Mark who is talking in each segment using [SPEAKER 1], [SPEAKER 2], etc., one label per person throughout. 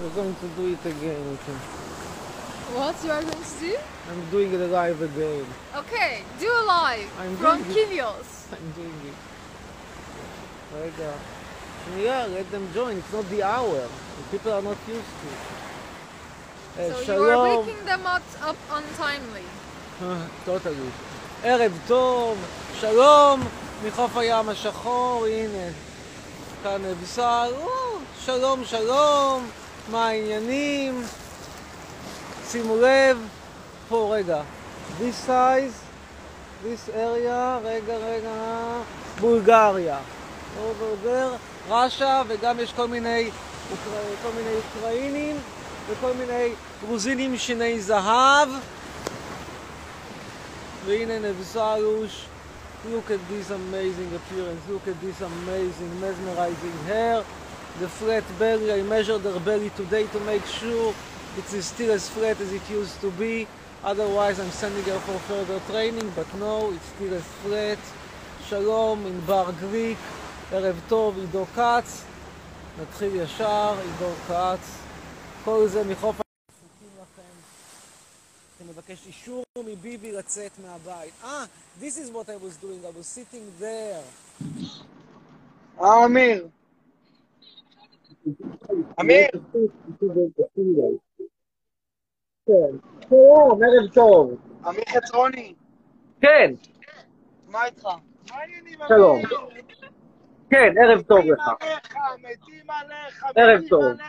[SPEAKER 1] We're going to do it again. I think.
[SPEAKER 2] What you are going to do?
[SPEAKER 1] I'm doing the live again.
[SPEAKER 2] Okay, do live
[SPEAKER 1] I'm
[SPEAKER 2] from
[SPEAKER 1] doing
[SPEAKER 2] Kivios.
[SPEAKER 1] I'm doing it. רגע. שנייה, let them join. It's not the hour. The people are not used to it. Uh, אה,
[SPEAKER 2] So you are
[SPEAKER 1] שלום.
[SPEAKER 2] waking them up, up untimely.
[SPEAKER 1] טוטלי. ערב טוב, שלום, מחוף הים השחור, הנה, כאן אביסל, או, שלום, שלום, מה העניינים? שימו לב, פה רגע, this size, this area, רגע, רגע, בולגריה, over there, רש"א, וגם יש כל מיני, אוקרא- כל מיני אוקראינים וכל מיני גרוזינים שני זהב. והנה נבזלוש, look at this amazing appearance, look at this amazing, mesmerizing hair, the flat belly, I measured her belly today to make sure it's still as flat as it used to be, otherwise I'm sending her for further training, but no, it's still as flat. שלום, ענבר גריק, ערב טוב, עידו כץ, נתחיל ישר, עידו כץ, כל זה מחוף... אני מבקש אישור מביבי לצאת מהבית. אה, this is what I was doing, I was sitting there.
[SPEAKER 3] אה, אמיר. אמיר.
[SPEAKER 1] כן. שלום, ערב טוב.
[SPEAKER 3] אמיר חצרוני,
[SPEAKER 1] כן,
[SPEAKER 3] מה איתך? מה העניינים, אמיר?
[SPEAKER 1] שלום. כן, ערב טוב
[SPEAKER 3] מתים
[SPEAKER 1] לך.
[SPEAKER 3] עליך, מתים עליך,
[SPEAKER 1] ערב
[SPEAKER 3] מתים
[SPEAKER 1] טוב.
[SPEAKER 3] עליך.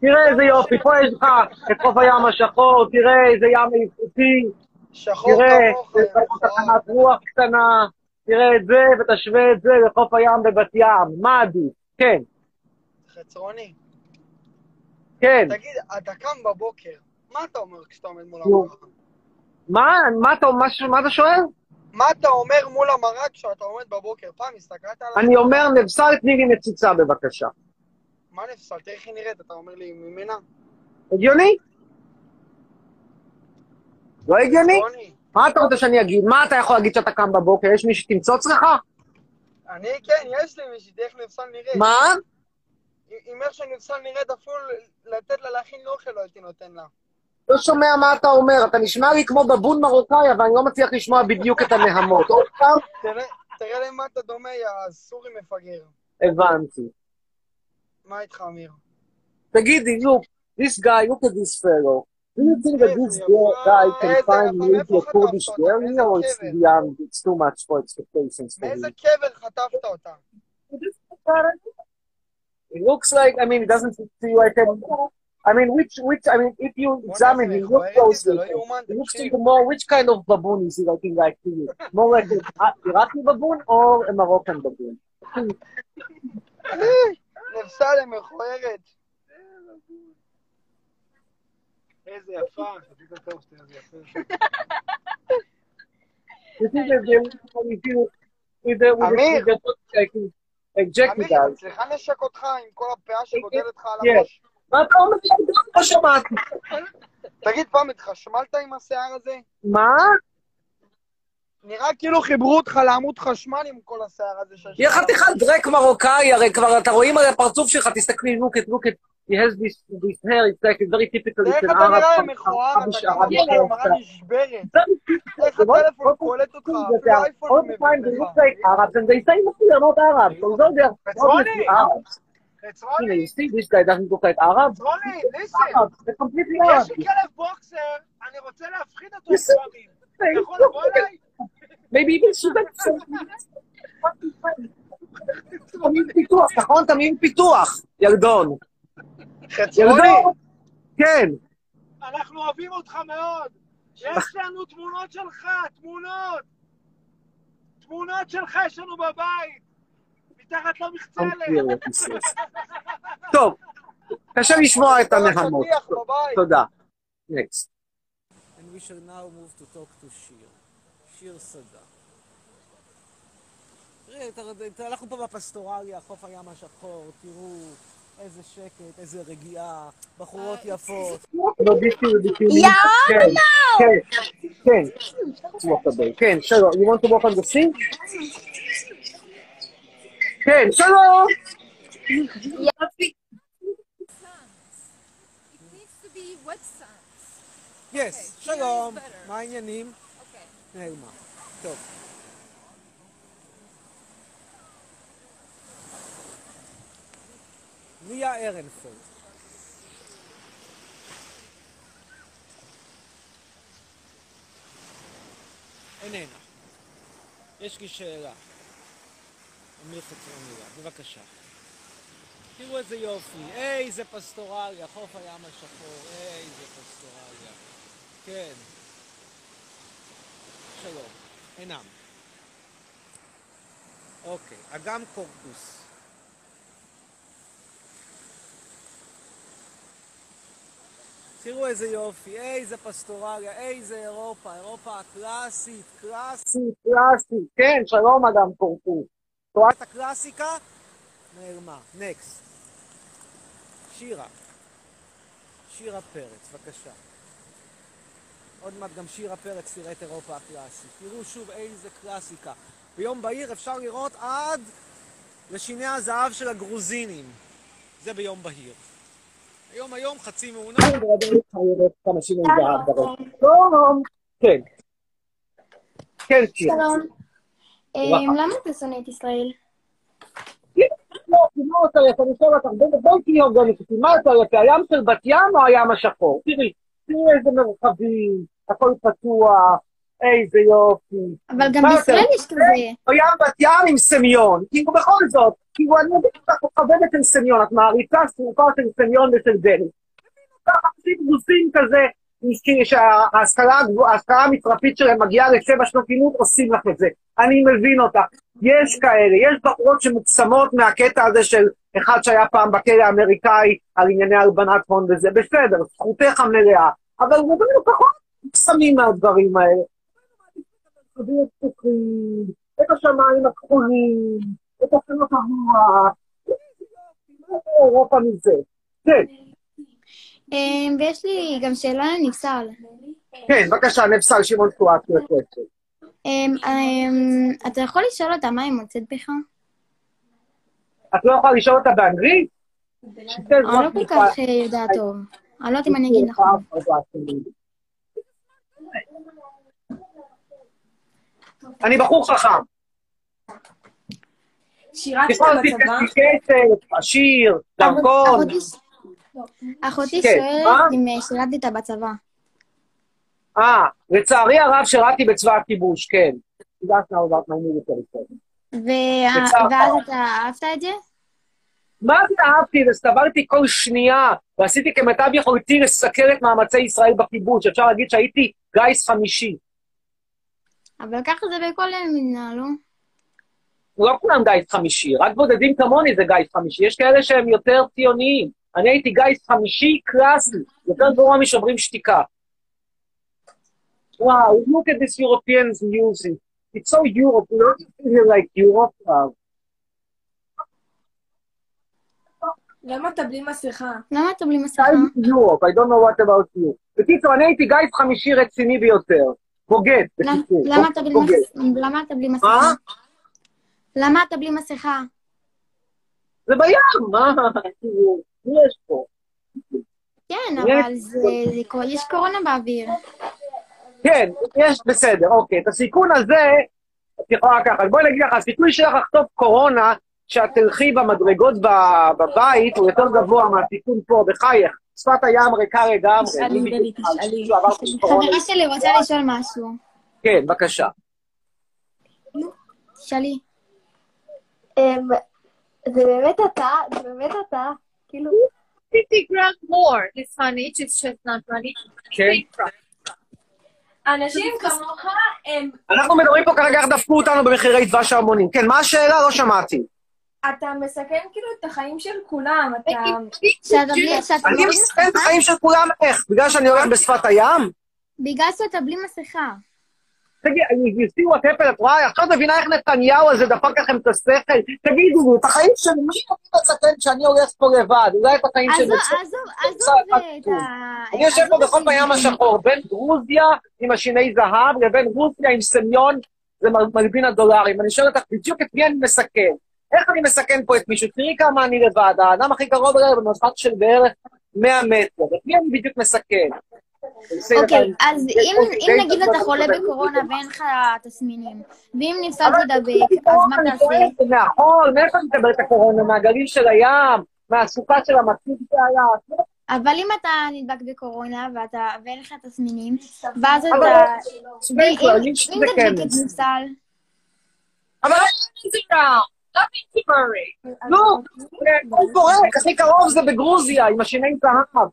[SPEAKER 1] תראה איזה יופי, פה יש לך את חוף הים השחור, תראה איזה ים איכותי,
[SPEAKER 3] שחור
[SPEAKER 1] תראה,
[SPEAKER 3] כמוך, אה,
[SPEAKER 1] יש לך פה תחנת רוח קטנה, תראה את זה ותשווה את זה לחוף הים בבת ים, מה עדיף? כן,
[SPEAKER 3] חצרוני,
[SPEAKER 1] כן.
[SPEAKER 3] תגיד, אתה קם בבוקר, מה אתה אומר כשאתה עומד מול המראה?
[SPEAKER 1] מה, מה אתה, מה ש- מה אתה שואל?
[SPEAKER 3] מה אתה אומר מול המראה כשאתה עומד בבוקר? פעם הסתכלת עליי?
[SPEAKER 1] אני אומר, נבשר תני לי מציצה בבקשה.
[SPEAKER 3] מה נפסל? תראה איך היא נראית, אתה אומר לי ממנה?
[SPEAKER 1] הגיוני? לא הגיוני?
[SPEAKER 3] חצרוני,
[SPEAKER 1] מה אתה רוצה שאני אגיד? מה אתה יכול להגיד שאתה קם בבוקר? יש מי שתמצוץ לך?
[SPEAKER 3] אני כן, יש לי מישהי, תראה איך נפסל נראית.
[SPEAKER 1] מה?
[SPEAKER 3] עם- עם איך שנפסל נראית, אפילו לתת לה להכין לי אוכל לא הייתי נותן לה.
[SPEAKER 1] לא שומע מה אתה אומר. אתה נשמע לי כמו בבון מרוקאי, אבל אני לא מצליח לשמוע בדיוק את הנהמות. עוד פעם?
[SPEAKER 3] תראה, תראה למה אתה דומה, יא סורי מפגר.
[SPEAKER 1] הבנתי.
[SPEAKER 3] מה איתך, אמיר?
[SPEAKER 1] תגידי, look, this guy, look at this fellow. Do you think that this girl- guy can find me into a Kurdish girl here, or it's too young, it's too much for expectations for
[SPEAKER 3] מאיזה
[SPEAKER 1] me?
[SPEAKER 3] קבר חטפת אותה?
[SPEAKER 1] It looks like, I mean, it doesn't seem to you, I can... I mean, which, which, I mean, if you examine him, look
[SPEAKER 3] בוא'נה, זה
[SPEAKER 1] closely,
[SPEAKER 3] לא יאומן,
[SPEAKER 1] It looks
[SPEAKER 3] תקשיב.
[SPEAKER 1] like more, which kind of baboon is he looking like to you? More like an Iraqi baboon or a Moroccan baboon?
[SPEAKER 3] נפסלם מכוערת. איזה יפה, חזית הטוב שלי, איזה יפה.
[SPEAKER 1] You think that they would if you, if they would
[SPEAKER 3] Amir.
[SPEAKER 1] if they look like, like Jackie
[SPEAKER 3] אמיר, אני
[SPEAKER 1] does?
[SPEAKER 3] מצליחה לנשק אותך עם כל הפאה שגודלת לך על
[SPEAKER 1] כן.
[SPEAKER 3] הראש.
[SPEAKER 1] מה אתה אומר? לי? לא שמעתי.
[SPEAKER 3] תגיד, פעם התחשמלת עם השיער הזה?
[SPEAKER 1] מה?
[SPEAKER 3] נראה כאילו חיברו אותך לעמוד חשמל עם כל השיער הזה. שיש
[SPEAKER 1] יהיה
[SPEAKER 3] לך.
[SPEAKER 1] חתיכת דרק מרוקאי, הרי כבר אתה רואים על הפרצוף שלך, תסתכלי, look at, look at, he has this, this hair, it's like a very typical,
[SPEAKER 3] תראה איך
[SPEAKER 1] it's an
[SPEAKER 3] אתה נראה
[SPEAKER 1] Arab,
[SPEAKER 3] לא מכוער, אתה
[SPEAKER 1] Arabish,
[SPEAKER 3] כמה
[SPEAKER 1] Arabish,
[SPEAKER 3] פעמים המראה
[SPEAKER 1] hairstyle.
[SPEAKER 3] נשברת.
[SPEAKER 1] Very
[SPEAKER 3] איך
[SPEAKER 1] What-
[SPEAKER 3] הטלפון
[SPEAKER 1] what-
[SPEAKER 3] קולט אותך,
[SPEAKER 1] that they
[SPEAKER 3] אפילו
[SPEAKER 1] are
[SPEAKER 3] אייפון
[SPEAKER 1] all the
[SPEAKER 3] מבין
[SPEAKER 1] time they
[SPEAKER 3] לא לך.
[SPEAKER 1] look like Arabs and they say no, they're not Arabs. Although they're
[SPEAKER 3] That's
[SPEAKER 1] obviously
[SPEAKER 3] funny.
[SPEAKER 1] Arabs. You know, you see this guy doesn't look like Arabs.
[SPEAKER 3] רוני, ליסן,
[SPEAKER 1] Arabs. They're completely
[SPEAKER 3] יש
[SPEAKER 1] Arabs.
[SPEAKER 3] לי כלב בוקסר, אני רוצה להפחיד אותו
[SPEAKER 1] ליסן.
[SPEAKER 3] עם דברים.
[SPEAKER 1] They
[SPEAKER 3] אתה יכול
[SPEAKER 1] look
[SPEAKER 3] לבוא
[SPEAKER 1] like-
[SPEAKER 3] אליי?
[SPEAKER 1] Maybe even Sudan. תמים פיתוח, נכון? תמים פיתוח. ילדון. ילדון. כן.
[SPEAKER 3] אנחנו אוהבים אותך מאוד. יש לנו תמונות שלך, תמונות. תמונות שלך יש לנו בבית. מתחת למחצלת.
[SPEAKER 1] טוב, קשה לשמוע את הנהמות.
[SPEAKER 3] שליח בבית.
[SPEAKER 1] תודה. Next. And we shall now move to talk to שיר. שיר סדה. תראי, ת- ת- אנחנו פה בפסטורליה, חוף הים השחור, תראו איזה שקט, איזה רגיעה,
[SPEAKER 4] אה,
[SPEAKER 1] בחורות יפות. יאללה! כן, כן. walk away. כן, שלום. You want to walk on the sea? כן, שלום!
[SPEAKER 2] needs to be wet sense.
[SPEAKER 4] Yes,
[SPEAKER 2] Okay,
[SPEAKER 4] שלום,
[SPEAKER 2] here is better.
[SPEAKER 4] מה העניינים?
[SPEAKER 2] Okay.
[SPEAKER 4] נעלמה. טוב. ניה ארנפלד. איננה. יש לי שאלה. אמיר חצרונילה, בבקשה. תראו איזה יופי, איזה פסטורליה, חוף הים השחור, איזה פסטורליה. כן. שלום, אינם. אוקיי, אגם קורקוס. תראו איזה יופי, איזה פסטורליה, איזה אירופה, אירופה הקלאסית, קלאסית, קלאסית, כן, שלום אדם קורקוס. תורת הקלאסיקה? נעלמה. נקסט. שירה. שירה פרץ, בבקשה. עוד מעט גם שירה פרץ תראה את אירופה הקלאסית. תראו שוב איזה קלאסיקה. ביום בהיר אפשר לראות עד לשיני הזהב של הגרוזינים. זה ביום בהיר. היום היום חצי מעונה. כמה שיני זהב בראש. שלום. כן. כן, שירה.
[SPEAKER 5] שלום.
[SPEAKER 4] וואו.
[SPEAKER 5] אמ, למה אתה שונא את ישראל?
[SPEAKER 1] לא, כי לא צריך, אני שואל אותך, בואי- בואי תהיי אורגנית, מה צריך, הים של בת ים או הים השחור? תראי, תראי איזה מרחבים, הכל פתוח, איזה יופי.
[SPEAKER 5] אבל גם
[SPEAKER 1] מה
[SPEAKER 5] בישראל
[SPEAKER 1] יותר?
[SPEAKER 5] יש כזה.
[SPEAKER 1] או ים בת ים עם סמיון, כאילו בכל זאת, כאילו אני יודעת שאתה חובבת של סמיון, את מעריצה שרופה של סמיון ושל דרעי. ככה עושים גוזים כזה, כי שההשכלה הגבוה- ההשכלה המצרפית שלהם מגיעה לשבע שנות לימוד, עושים לך את זה. אני מבין אותך. יש כאלה, יש בחורות שמוקסמות מהקטע הזה של אחד שהיה פעם בכלא האמריקאי על ענייני הלבנת הון וזה, בסדר, זכותך המלאה. אבל רובנו פחות מוקסמים מהדברים האלה. רובנו מעדיפים את המרחבים הפתוחים, את השמיים הכחולים, את החנות הרוח. מה זה אירופה מזה? כן,
[SPEAKER 5] אמ, ויש לי גם שאלה לנפסל.
[SPEAKER 1] כן, בבקשה, נפסל שמעון כן, תקועת יוסף.
[SPEAKER 5] אמ, אמ, אתה יכול לשאול אותה מה היא מוצאת בך?
[SPEAKER 1] את לא יכולה לשאול אותה באנגלית? שיטה
[SPEAKER 5] אני לא
[SPEAKER 1] זאת
[SPEAKER 5] כל
[SPEAKER 1] מיכל.
[SPEAKER 5] כך אה, יודעת טוב. אני לא יודעת אם אני אגיד נכון.
[SPEAKER 1] אני בחור חכם.
[SPEAKER 6] שירתת
[SPEAKER 1] יכולתי
[SPEAKER 6] בצבא?
[SPEAKER 1] כסף, עשיר, דרכון.
[SPEAKER 5] אחותי ש- אחותי
[SPEAKER 1] כן,
[SPEAKER 5] שואלת
[SPEAKER 1] מה?
[SPEAKER 5] אם אה, שירתת בצבא.
[SPEAKER 1] אה, לצערי הרב שירתי בצבא הכיבוש, כן. That's not about my military service.
[SPEAKER 5] וה-
[SPEAKER 1] בצבא.
[SPEAKER 5] ואז אתה אהבת את זה?
[SPEAKER 1] מה זה אהבתי? זה סברתי כל שנייה, ועשיתי כמיטב יכולתי לסקר את מאמצי ישראל בכיבוש. אפשר להגיד שהייתי גיס חמישי.
[SPEAKER 5] אבל ככה זה בכל מדינה, לא?
[SPEAKER 1] לא כולם גיס חמישי, רק בודדים כמוני זה גיס חמישי. יש כאלה שהם יותר ציוניים. אני הייתי גיס חמישי קלאסי, יותר גרוע משוברים שתיקה. וואו, look at this European music. It's so Europe, we don't feel like Europe now.
[SPEAKER 6] למה אתה בלי מסכה?
[SPEAKER 5] למה אתה בלי מסכה?
[SPEAKER 1] I'm Europe, I don't know what about you. בקיצור, אני הייתי גיס חמישי רציני ביותר. בוגד,
[SPEAKER 5] למ-
[SPEAKER 1] בקיצור.
[SPEAKER 5] למה אתה בלי
[SPEAKER 1] בוגד.
[SPEAKER 5] מס- למה אתה בלי מסכה? למה אתה בלי מסכה?
[SPEAKER 1] זה בים, מה? כאילו, מי יש פה?
[SPEAKER 5] כן,
[SPEAKER 1] יש.
[SPEAKER 5] אבל זה, זה, קו- יש קורונה באוויר.
[SPEAKER 1] כן, יש, בסדר, אוקיי. את הסיכון הזה, את יכולה לקחת. בואי נגיד לך, הסיכוי שלך לחטוף קורונה, שאת תלכי במדרגות ב- בבית, הוא יותר גבוה מהסיכון פה, בחייך. שפת הים ריקה לגמרי.
[SPEAKER 6] תשאלי,
[SPEAKER 1] מי
[SPEAKER 6] דבי,
[SPEAKER 1] בכלל?
[SPEAKER 6] תשאלי.
[SPEAKER 1] מישהו עבר פה קורונה?
[SPEAKER 5] חברה שלי רוצה לשאול משהו.
[SPEAKER 1] כן, בבקשה.
[SPEAKER 5] תשאלי.
[SPEAKER 7] אמ, זה באמת אתה, זה באמת אתה, כאילו,
[SPEAKER 1] כן.
[SPEAKER 6] אנשים כמוך הם...
[SPEAKER 1] אנחנו מדברים פה כרגע, איך דפקו אותנו במחירי דבש ההמונים. כן, מה השאלה? לא שמעתי.
[SPEAKER 6] אתה מסכן כאילו את החיים של כולם, אתה...
[SPEAKER 5] שאתה בלי, שאתה
[SPEAKER 1] כן. אני
[SPEAKER 5] בלי
[SPEAKER 1] מסתכל את החיים של כולם איך? בגלל שאני הולך בשפת הים?
[SPEAKER 5] בגלל שאתה בלי מסכה.
[SPEAKER 1] תגיד, יסיעו הטפל, את רואה? עכשיו את מבינה איך נתניהו הזה דפק לכם את השכל? תגידו, את החיים של מי אני מצטט כן, שאני הולך פה לבד? אולי את החיים של...
[SPEAKER 5] עזוב,
[SPEAKER 1] בצלאל.
[SPEAKER 5] עזוב,
[SPEAKER 1] קצת
[SPEAKER 5] עזוב את
[SPEAKER 1] עצוב.
[SPEAKER 5] ה...
[SPEAKER 1] אני יושב פה
[SPEAKER 5] עזוב
[SPEAKER 1] בחוף
[SPEAKER 5] את
[SPEAKER 1] הים
[SPEAKER 5] זה.
[SPEAKER 1] השחור, בין גרוזיה עם השיני זהב לבין רוסיה עם סמיון, זה מ- מלבין הדולרים. אני שואל אותך בדיוק את מי אני מסכן. איך אני מסכן פה את מישהו? תראי כמה אני לבד, האדם הכי קרוב אליי הוא במרחק של בערך 100 מטר. את מי אני בדיוק מסכן?
[SPEAKER 5] אוקיי, אז
[SPEAKER 1] כן,
[SPEAKER 5] אם אם נגיד אתה חולה בקורונה ואין לך תסמינים, ואם ניסה להידבק, אז מה תעשה?
[SPEAKER 1] נכון, מאיפה אני מקבל את הקורונה? מהגליל של הים? מהסוכה של המציג שהיה?
[SPEAKER 5] אבל אם אתה נדבק בקורונה ואתה- ואין לך תסמינים, ואז אתה...
[SPEAKER 1] אבל- לא-
[SPEAKER 5] ואם-
[SPEAKER 1] כבר, אני שזה
[SPEAKER 5] אם תדביק את
[SPEAKER 1] כנס.
[SPEAKER 5] ניסל,
[SPEAKER 1] אבל לא מבין זירה, לא מבין זירה. נו, הכל בורק, הכי קרוב זה בגרוזיה, עם השיני זהב.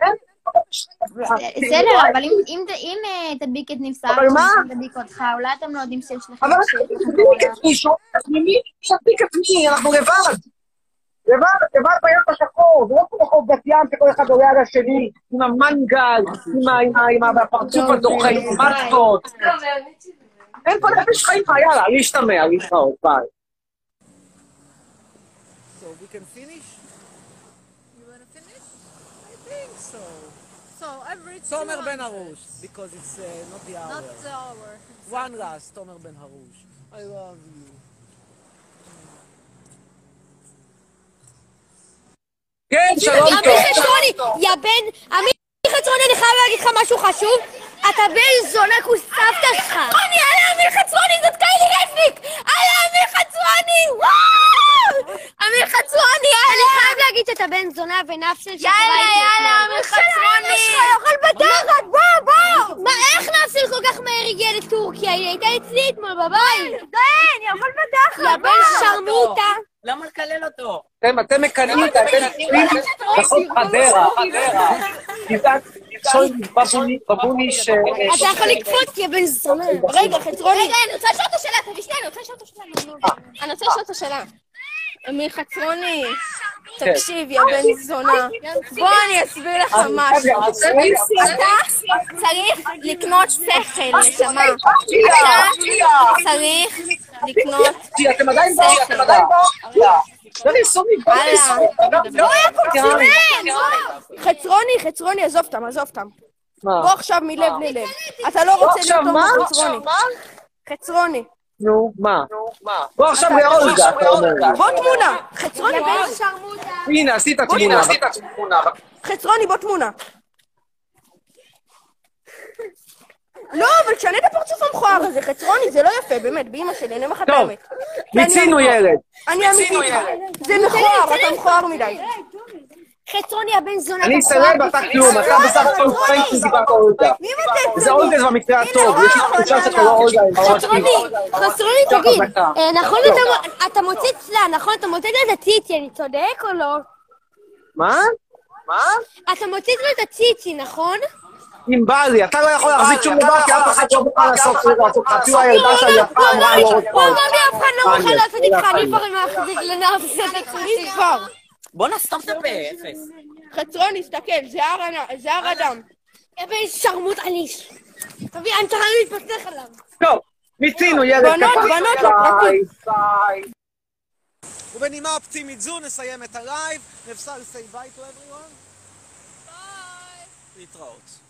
[SPEAKER 1] אין, אה,
[SPEAKER 5] אה, בסדר, לא, אבל אם- אם ת- אם אה, תדביק את ניסל,
[SPEAKER 1] כן, לא, אבל מה?
[SPEAKER 5] אז תדביק אותך, אולי אתם לא יודעים שיש לך...
[SPEAKER 1] אבל
[SPEAKER 5] שיש
[SPEAKER 1] אנחנו
[SPEAKER 5] לך
[SPEAKER 1] מדביק
[SPEAKER 5] קורונה.
[SPEAKER 1] את מישהו, אנחנו מי מדביק את מי, אנחנו לבד. לבד, לבד בים השחור, זה לא כמו חוף בת ים שכל אחד עולה על השני עם המנגל, עם ה- עם ה- עם ה-
[SPEAKER 5] לא,
[SPEAKER 1] הפרצוף הדוחה, עם המטקות.
[SPEAKER 6] לא, באמת שזה...
[SPEAKER 1] אין פה נפש חיים, יאללה, להשתמע, להתראות, ביי.
[SPEAKER 4] So we can finish?
[SPEAKER 2] You want to finish?
[SPEAKER 4] I think so.
[SPEAKER 2] So I've read
[SPEAKER 4] תומר
[SPEAKER 2] two
[SPEAKER 4] בן
[SPEAKER 2] answers,
[SPEAKER 4] הרוש, because it's uh, not the hour.
[SPEAKER 2] Not the hour.
[SPEAKER 4] One last, תומר בן הרוש. I love you.
[SPEAKER 1] כן, שלום
[SPEAKER 8] עמי חצרוני, יא בן, עמי חצרוני, אני חייב להגיד לך משהו חשוב. אתה בן זונה כוס סבתא שלך. חצרוני, אלה עמי חצרוני, זאת קיילי רפניק! אלה עמי חצרוני! וואו! עמי חצרוני, אלה! אני חייב להגיד שאתה בן זונה ונפסל שלך. יאללה, יאללה, עמי חצרוני! אוכל בתחת, בוא, בוא! מה, איך נפסל כל כך מהר הגיע לטורקיה? היא הייתה אצלי אתמול בבית. דיין, יא כן, אוכל בתחת, יא בן שרמוטה.
[SPEAKER 9] למה לקלל לא אותו?
[SPEAKER 1] אתם, אתם מקנאים את האנשים, נכון, חדרה, חדרה. גזען, שוי, בבוני, בבוני ש...
[SPEAKER 8] אתה יכול לקפוץ, יא בן זונה. רגע, חצרוני. רגע, אני רוצה לשאול אותו שאלה, תביא שנייה, אני רוצה לשאול אותו שאלה. נו, נו. אני רוצה לשאול אותו שאלה. אמיר חצרוני, תקשיב, יא בן זונה. בוא, אני אסביר לך משהו. אתה צריך לקנות שכל, נשמה. אתה צריך לקנות...
[SPEAKER 1] אתם עדיין באופציה, אתם עדיין באופציה. תריסו לי, תריסו.
[SPEAKER 8] לא היה פה צילם! חצרוני, חצרוני, עזוב אותם, עזוב אותם. בוא עכשיו מלב ללב. אתה לא רוצה
[SPEAKER 1] אה. עכשיו
[SPEAKER 8] להיות
[SPEAKER 1] מה?
[SPEAKER 8] כמו חצרוני. חצרוני.
[SPEAKER 1] נו, מה? בוא עכשיו לאולגה, אתה אומר.
[SPEAKER 8] בוא תמונה! חצרוני, בוא
[SPEAKER 1] הנה, עשית תמונה.
[SPEAKER 8] חצרוני, בוא תמונה. לא, אבל תשנה את הפרצוף המכוער הזה, חצרוני, זה לא יפה, באמת, באמא שלי, אני אומר לך את
[SPEAKER 1] טוב,
[SPEAKER 8] האמת.
[SPEAKER 1] מיצינו ילד.
[SPEAKER 8] אני אמיתי איתך. זה מכוער, אתה מכוער מדי.
[SPEAKER 5] חצרוני הבן זונה.
[SPEAKER 1] אני
[SPEAKER 5] אתה חולה
[SPEAKER 1] סרב, אתה
[SPEAKER 5] בפנים.
[SPEAKER 1] כלום, אתה בסך הכל פרנקי דיברת אולגה.
[SPEAKER 8] מי מתן
[SPEAKER 1] זה אולגה במקרה הטוב, יש לי תחושה שאתה לא אולגה, היא ממש
[SPEAKER 8] חצרוני, חצרוני,
[SPEAKER 1] ככה,
[SPEAKER 8] תגיד,
[SPEAKER 1] דקה.
[SPEAKER 8] אה, נכון
[SPEAKER 1] לא.
[SPEAKER 8] אתה מ- אתה מוציא צלע, נכון אתה מוציא את הציצי, אני צודק או לא?
[SPEAKER 1] מה?
[SPEAKER 8] אה, אתה מוציא את הציצי, נכון?
[SPEAKER 1] אם בא לי, אתה לא יכול להחזיק שום דבר, כי אף אחד לא מוכן לעשות לעשות לך. אפילו הילדה שלי אף פעם אמרה לא רוצה.
[SPEAKER 8] בוא, מאמי, אף אחד לא מוכן
[SPEAKER 1] חיים,
[SPEAKER 8] לעשות איתך, אני
[SPEAKER 1] חיים.
[SPEAKER 8] כבר מחזיק לנאום סדק חצי כבר.
[SPEAKER 9] בוא נסתום את
[SPEAKER 4] לא,
[SPEAKER 9] הפה, אפס.
[SPEAKER 8] חצרון, תסתכל, זה הר ענ- זה הר אדם.
[SPEAKER 5] הבן שרמוט עניש. תביא, אני צריכה להתפתח עליו.
[SPEAKER 1] טוב, מיצינו ילד.
[SPEAKER 8] בנות,
[SPEAKER 1] כפיים.
[SPEAKER 8] בנות,
[SPEAKER 1] ביי,
[SPEAKER 8] לפרטי.
[SPEAKER 1] ביי.
[SPEAKER 4] ובנימה אופטימית זו נסיים את הלייב. נפסל say bye to everyone. ביי. להתראות.